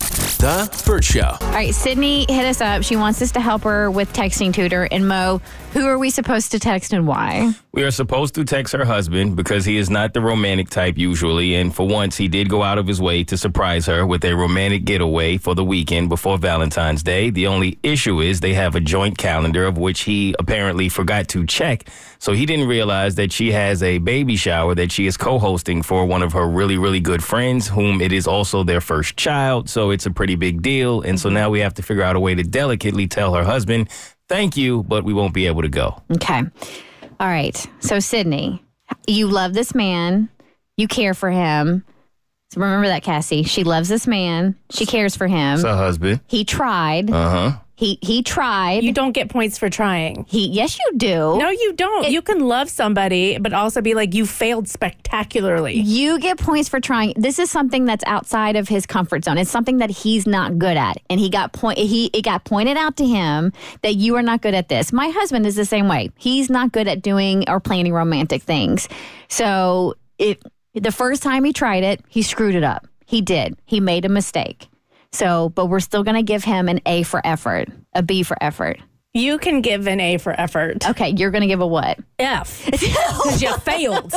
The Burt Show. All right, Sydney hit us up. She wants us to help her with texting tutor. And Mo, who are we supposed to text and why? We are supposed to text her husband because he is not the romantic type usually, and for once he did go out of his way to surprise her with a romantic getaway for the weekend before Valentine's Day. The only issue is they have a joint calendar of which he apparently forgot to check, so he didn't realize that she has a baby shower that she is co-hosting for one of her really really good friends whom it is also their first child, so it's a pretty big deal, and so now we have to figure out a way to delicately tell her husband, "Thank you, but we won't be able to go." Okay. All right. So, Sydney, you love this man, you care for him. So remember that, Cassie. She loves this man, she cares for him. It's her husband. he tried. Uh-huh. He he tried. You don't get points for trying. he yes, you do. No, you don't. you can love somebody, but also be like, you failed spectacularly. You get points for trying. This is something that's outside of his comfort zone. It's something that he's not good at, and he got point. He it got pointed out to him that you are not good at this. My husband is the same way. He's not good at doing or planning romantic things. So if the first time he tried it, he screwed it up. He did. He made a mistake. So, but we're still going to give him an A for effort, a B for effort. You can give an A for effort. Okay, you're going to give a what? F. Because you failed.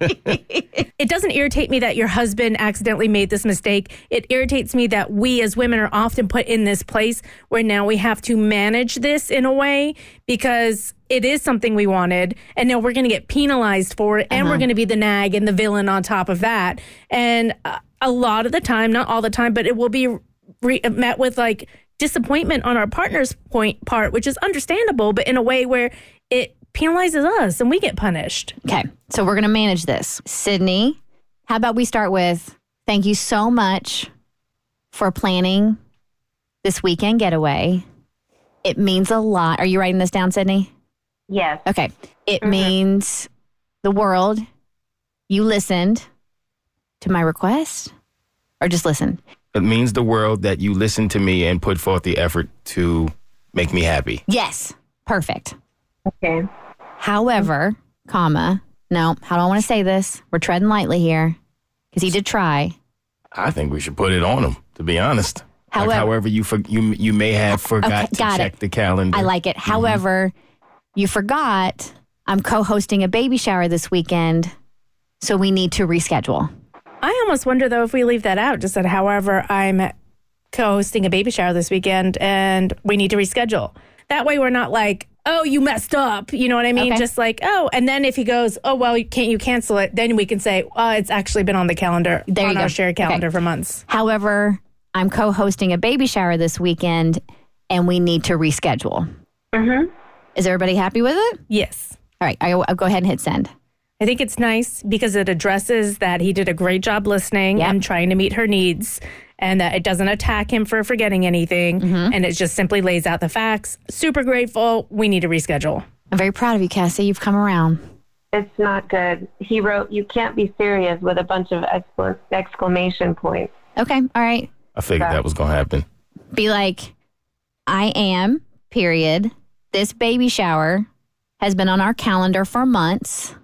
it doesn't irritate me that your husband accidentally made this mistake. It irritates me that we as women are often put in this place where now we have to manage this in a way because it is something we wanted. And now we're going to get penalized for it. And we're going to be the nag and the villain on top of that. And uh, a lot of the time, not all the time, but it will be re- met with like disappointment on our partner's point part, which is understandable, but in a way where it penalizes us and we get punished. Okay, so we're going to manage this. Sydney, how about we start with thank you so much for planning this weekend getaway. It means a lot. Are you writing this down, Sydney? Yes. Mm-hmm. Okay. It means the world. You listened to my request or just listen. It means the world that you listen to me and put forth the effort to make me happy. Yes. Perfect. Okay. However, comma, no, I don't want to say this. We're treading lightly here because he did try. I think we should put it on them, to be honest. Like, However- however you for, you you may have forgot to got check it. the calendar. I like it. However, you forgot I'm co hosting a baby shower this weekend, so we need to reschedule. I almost wonder though if we leave that out, just that however I'm co hosting a baby shower this weekend and we need to reschedule. That way we're not like, oh, you messed up. You know what I mean? Okay. Just like, oh, and then if he goes, oh, well, you- can't you cancel it? Then we can say, oh, it's actually been on the calendar, There you on go. our shared Okay. calendar for months. However, I'm co hosting a baby shower this weekend, and we need to reschedule. Mhm. Is everybody happy with it? Yes. All right, I, will go ahead and hit send. I think it's nice because it addresses that he did a great job listening Yep. and trying to meet her needs and that it doesn't attack him for forgetting anything Mm-hmm. and it just simply lays out the facts. Super grateful. We need to reschedule. I'm very proud of you, Cassie. You've come around. It's not good. He wrote, "You can't be serious" with a bunch of excla- exclamation points. Okay, all right. I figured that was gonna happen. be like, I am, period. This baby shower has been on our calendar for months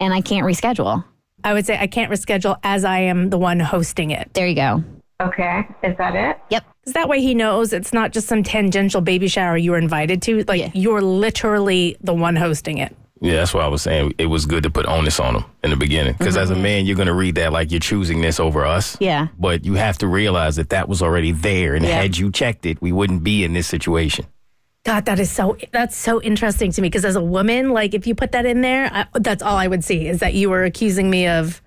and I can't reschedule. I would say I can't reschedule as I am the one hosting it. There you go. Okay. Is that it? Because that way he knows it's not just some tangential baby shower you were invited to. Like Yeah. you're literally the one hosting it. Yeah, that's why I was saying it was good to put onus on them in the beginning. Because as a man, you're gonna read that like you're choosing this over us. Mm-hmm. Yeah. But you have to realize that that was already there, and Yeah. had you checked it, we wouldn't be in this situation. God, that is so that's so interesting to me because as a woman, like if you put that in there, I, that's all I would see is that you were accusing me of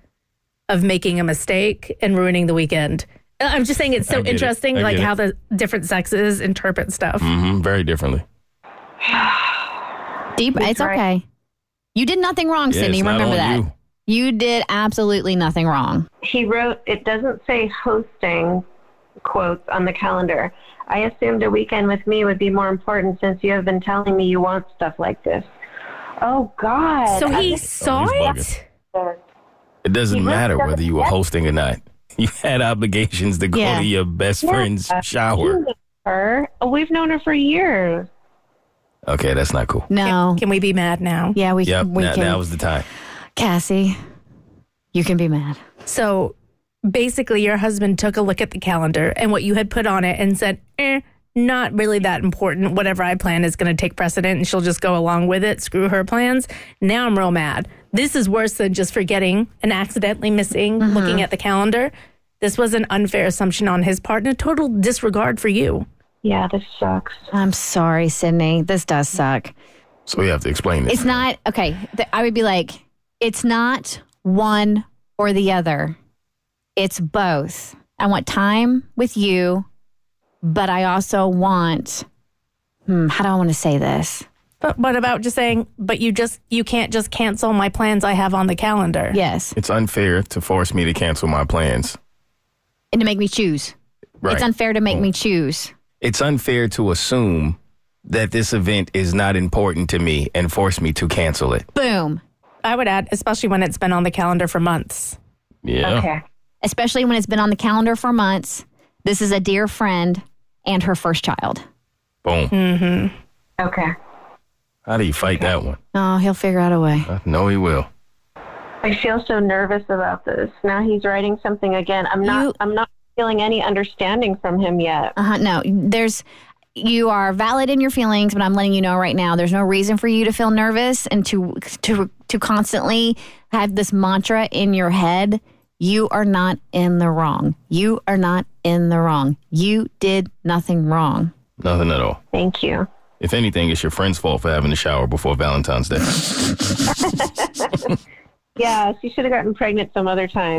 of making a mistake and ruining the weekend. Uh, I'm just saying it's I so get it. interesting I like get it. how the different sexes interpret stuff. hmm very differently. Deep. It's right. okay. You did nothing wrong, Yeah, Sydney. it's not Remember on that. you. You did absolutely nothing wrong. He wrote, "It doesn't say hosting quotes on the calendar. I assumed a weekend with me would be more important since you have been telling me you want stuff like this. Oh, God. So I he just- saw Oh, he's it? It doesn't He really matter doesn't whether you were get- hosting or not. You had obligations to go Yeah. to your best Yeah. friend's You shower. know her. We've known her for years. Okay, that's not cool. No. Can we be mad now? Yeah, we, Yep, we now, can. that was the time. Cassie, you can be mad. So basically, your husband took a look at the calendar and what you had put on it and said, eh, not really that important. Whatever I plan is going to take precedent and she'll just go along with it. Screw her plans. Now I'm real mad. This is worse than just forgetting and accidentally missing looking at the calendar. This was an unfair assumption on his part and a total disregard for you. Yeah, this sucks. I'm sorry, Sydney. This does suck. So we have to explain this. It's not okay. th- I would be like, it's not one or the other. It's both. I want time with you, but I also want. Hmm, how do I want to say this? But what about just saying, but you just, you can't just cancel my plans I have on the calendar? Yes, It's unfair to force me to cancel my plans. and to make me choose. Right. Mm. It's unfair to make me choose. it's unfair to assume that this event is not important to me and force me to cancel it. Boom. I would add, especially when it's been on the calendar for months. Yeah. Okay. Especially when it's been on the calendar for months. This is a dear friend and her first child. Boom. Hmm. Okay. How do you fight that one? Oh, he'll figure out a way. I know he will. I feel so nervous about this. Now he's writing something again. I'm not. You- I'm not feeling any understanding from him yet. Uh huh. No, there's. You are valid in your feelings, but I'm letting you know right now. There's no reason for you to feel nervous and to to to constantly have this mantra in your head. You are not in the wrong. You are not in the wrong. You did nothing wrong. Nothing at all. Thank you. If anything, it's your friend's fault for having a shower before Valentine's Day. Yeah, she should have gotten pregnant some other time.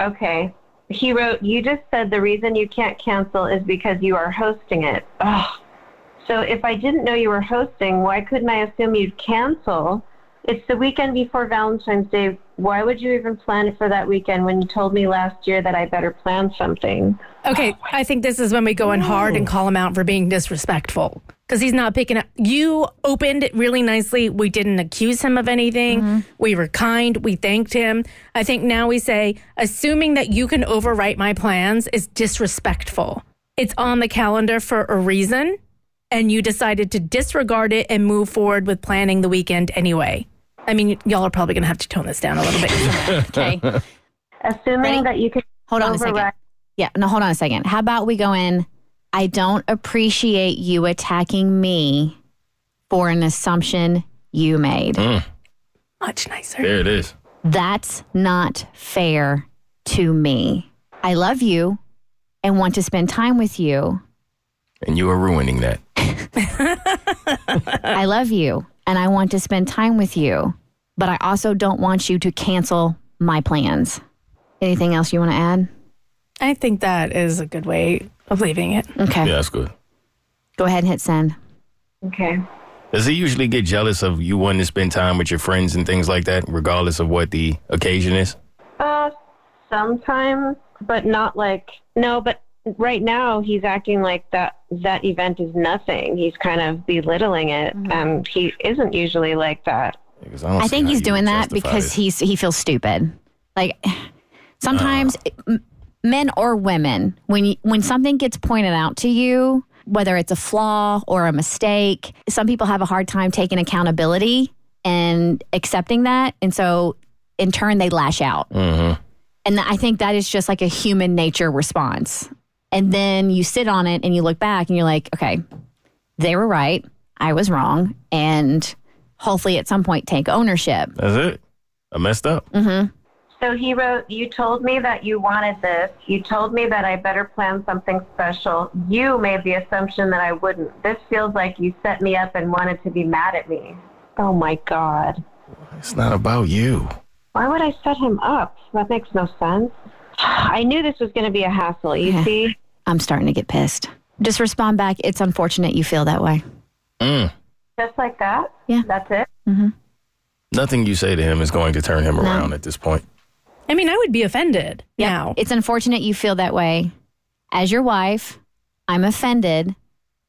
okay. He wrote, "You just said the reason you can't cancel is because you are hosting it." Ugh. So if I didn't know you were hosting, why couldn't I assume you'd cancel? It's the weekend before Valentine's Day. Why would you even plan it for that weekend when you told me last year that I better plan something? Okay, I think this is when we go in hard and call him out for being disrespectful because he's not picking up. You opened it really nicely. We didn't accuse him of anything. We were kind. We thanked him. I think now we say, assuming that you can overwrite my plans is disrespectful. It's on the calendar for a reason, and you decided to disregard it and move forward with planning the weekend anyway. I mean, y- y'all are probably going to have to tone this down a little bit. Okay. Assuming Ready? that you can Hold on a second. override Yeah, no, hold on a second. How about we go in? I don't appreciate you attacking me for an assumption you made. Much nicer. there it is. That's not fair to me. I love you and want to spend time with you. And you are ruining that. I love you and I want to spend time with you, but I also don't want you to cancel my plans. Anything else you want to add? I think that is a good way of leaving it. Okay. Yeah, that's good. Go ahead and hit send. Okay. Does he usually get jealous of you wanting to spend time with your friends and things like that, regardless of what the occasion is? Uh, sometimes, but not like no. But right now, he's acting like that that event is nothing. He's kind of belittling it, and he isn't usually like that. Because don't I see think how he's you doing would that justify because this. he's he feels stupid. Like sometimes m- men or women when you, when something gets pointed out to you, whether it's a flaw or a mistake, some people have a hard time taking accountability and accepting that, and so in turn they lash out. And I think that is just like a human nature response. And then you sit on it and you look back and you're like, okay, they were right. I was wrong. And hopefully at some point take ownership. That's it. I messed up. So he wrote, "You told me that you wanted this. You told me that I better plan something special. You made the assumption that I wouldn't. This feels like you set me up and wanted to be mad at me." Oh my God! It's not about you. Why would I set him up? That makes no sense. I knew this was going to be a hassle. You see. I'm starting to get pissed. Just respond back. It's unfortunate you feel that way. Mm. Just like that? Yeah. That's it? Nothing you say to him is going to turn him around at this point. I mean, I would be offended Yeah. now. It's unfortunate you feel that way. As your wife, I'm offended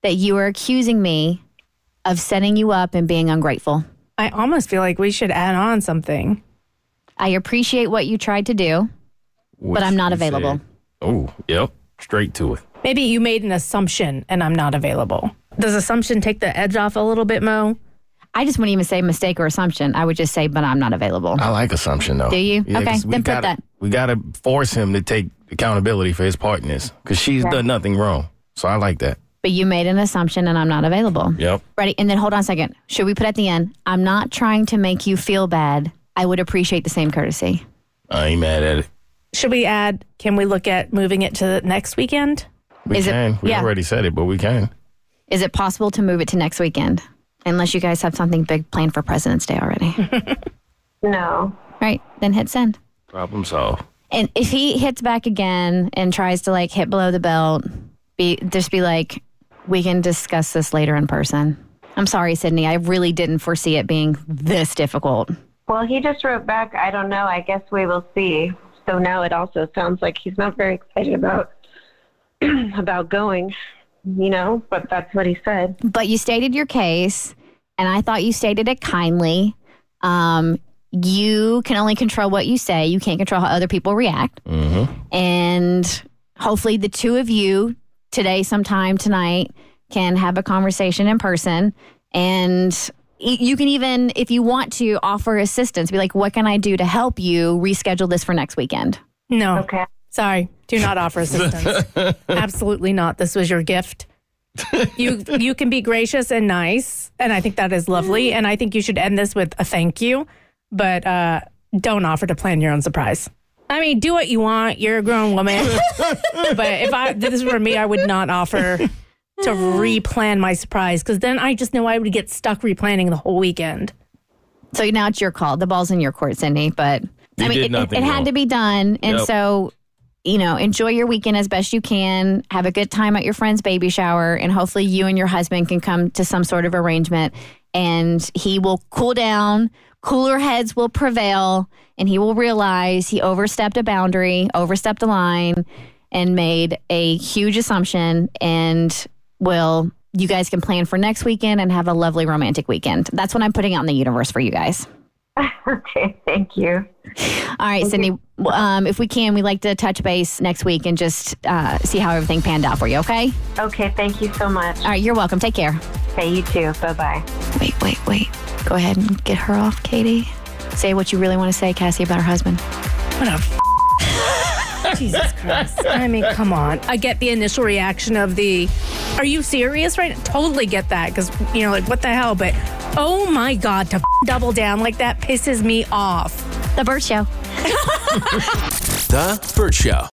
that you are accusing me of setting you up and being ungrateful. I almost feel like we should add on something. I appreciate what you tried to do. But I'm not Which we available. said- Oh, yep. Straight to it. Maybe you made an assumption and I'm not available. Does assumption take the edge off a little bit, Mo? I just wouldn't even say mistake or assumption. I would just say, but I'm not available. I like assumption though. Do you? Okay, 'cause we then put gotta, that. We gotta force him to take accountability for his partners because she's done nothing wrong. So I like that. But you made an assumption and I'm not available. Yep. Ready? And then hold on a second. Should we put at the end? I'm not trying to make you feel bad. I would appreciate the same courtesy. I ain't mad at it. Should we add, can we look at moving it to the next weekend? We Is it- can. we yeah. already said it, but we can. Is it possible to move it to next weekend? Unless you guys have something big planned for President's Day already. No. right. Then hit send. Problem solved. And if he hits back again and tries to like hit below the belt, be just be like, we can discuss this later in person. I'm sorry, Sydney. I really didn't foresee it being this difficult. Well, he just wrote back, I don't know. I guess we will see. So now it also sounds like he's not very excited about about going, you know, but that's what he said. But you stated your case, and I thought you stated it kindly. Um, you can only control what you say. You can't control how other people react. Mm-hmm. And hopefully, the two of you today, sometime tonight, can have a conversation in person. And y- you can even, if you want to, offer assistance. Be like, "What can I do to help you reschedule this for next weekend?" No. Okay. Sorry. Do not offer assistance. Absolutely not. This was your gift. you you can be gracious and nice, and I think that is lovely. And I think you should end this with a thank you, but uh, don't offer to plan your own surprise. I mean, do what you want. You're a grown woman. but if I this were me, I would not offer to replan my surprise because then I just know I would get stuck replanning the whole weekend. So now it's your call. The ball's in your court, Cindy. But You I mean, did it- it, nothing it wrong. had to be done, and Yep. so you know, enjoy your weekend as best you can. Have a good time at your friend's baby shower, and hopefully, you and your husband can come to some sort of arrangement, and he will cool down. Cooler heads will prevail, and he will realize he overstepped a boundary, overstepped a line, and made a huge assumption. And will you guys can plan for next weekend and have a lovely romantic weekend? That's what I'm putting out in the universe for you guys. Okay, thank you. All right, Sydney. w- Um, if we can, we like to touch base next week and just uh, see how everything panned out for you. Okay. Okay, thank you so much. All right. You're welcome. Take care. Okay, you too. Bye bye. Wait, wait, wait. Go ahead and get her off, Katie. Say what you really want to say, Cassie, about her husband. What a f- Jesus Christ. I mean, come on. I get the initial reaction of the, are you serious right now? Totally get that because, you know, like, what the hell? But oh my God, to f- double down like that pisses me off. The Bird Show. The Burt Show.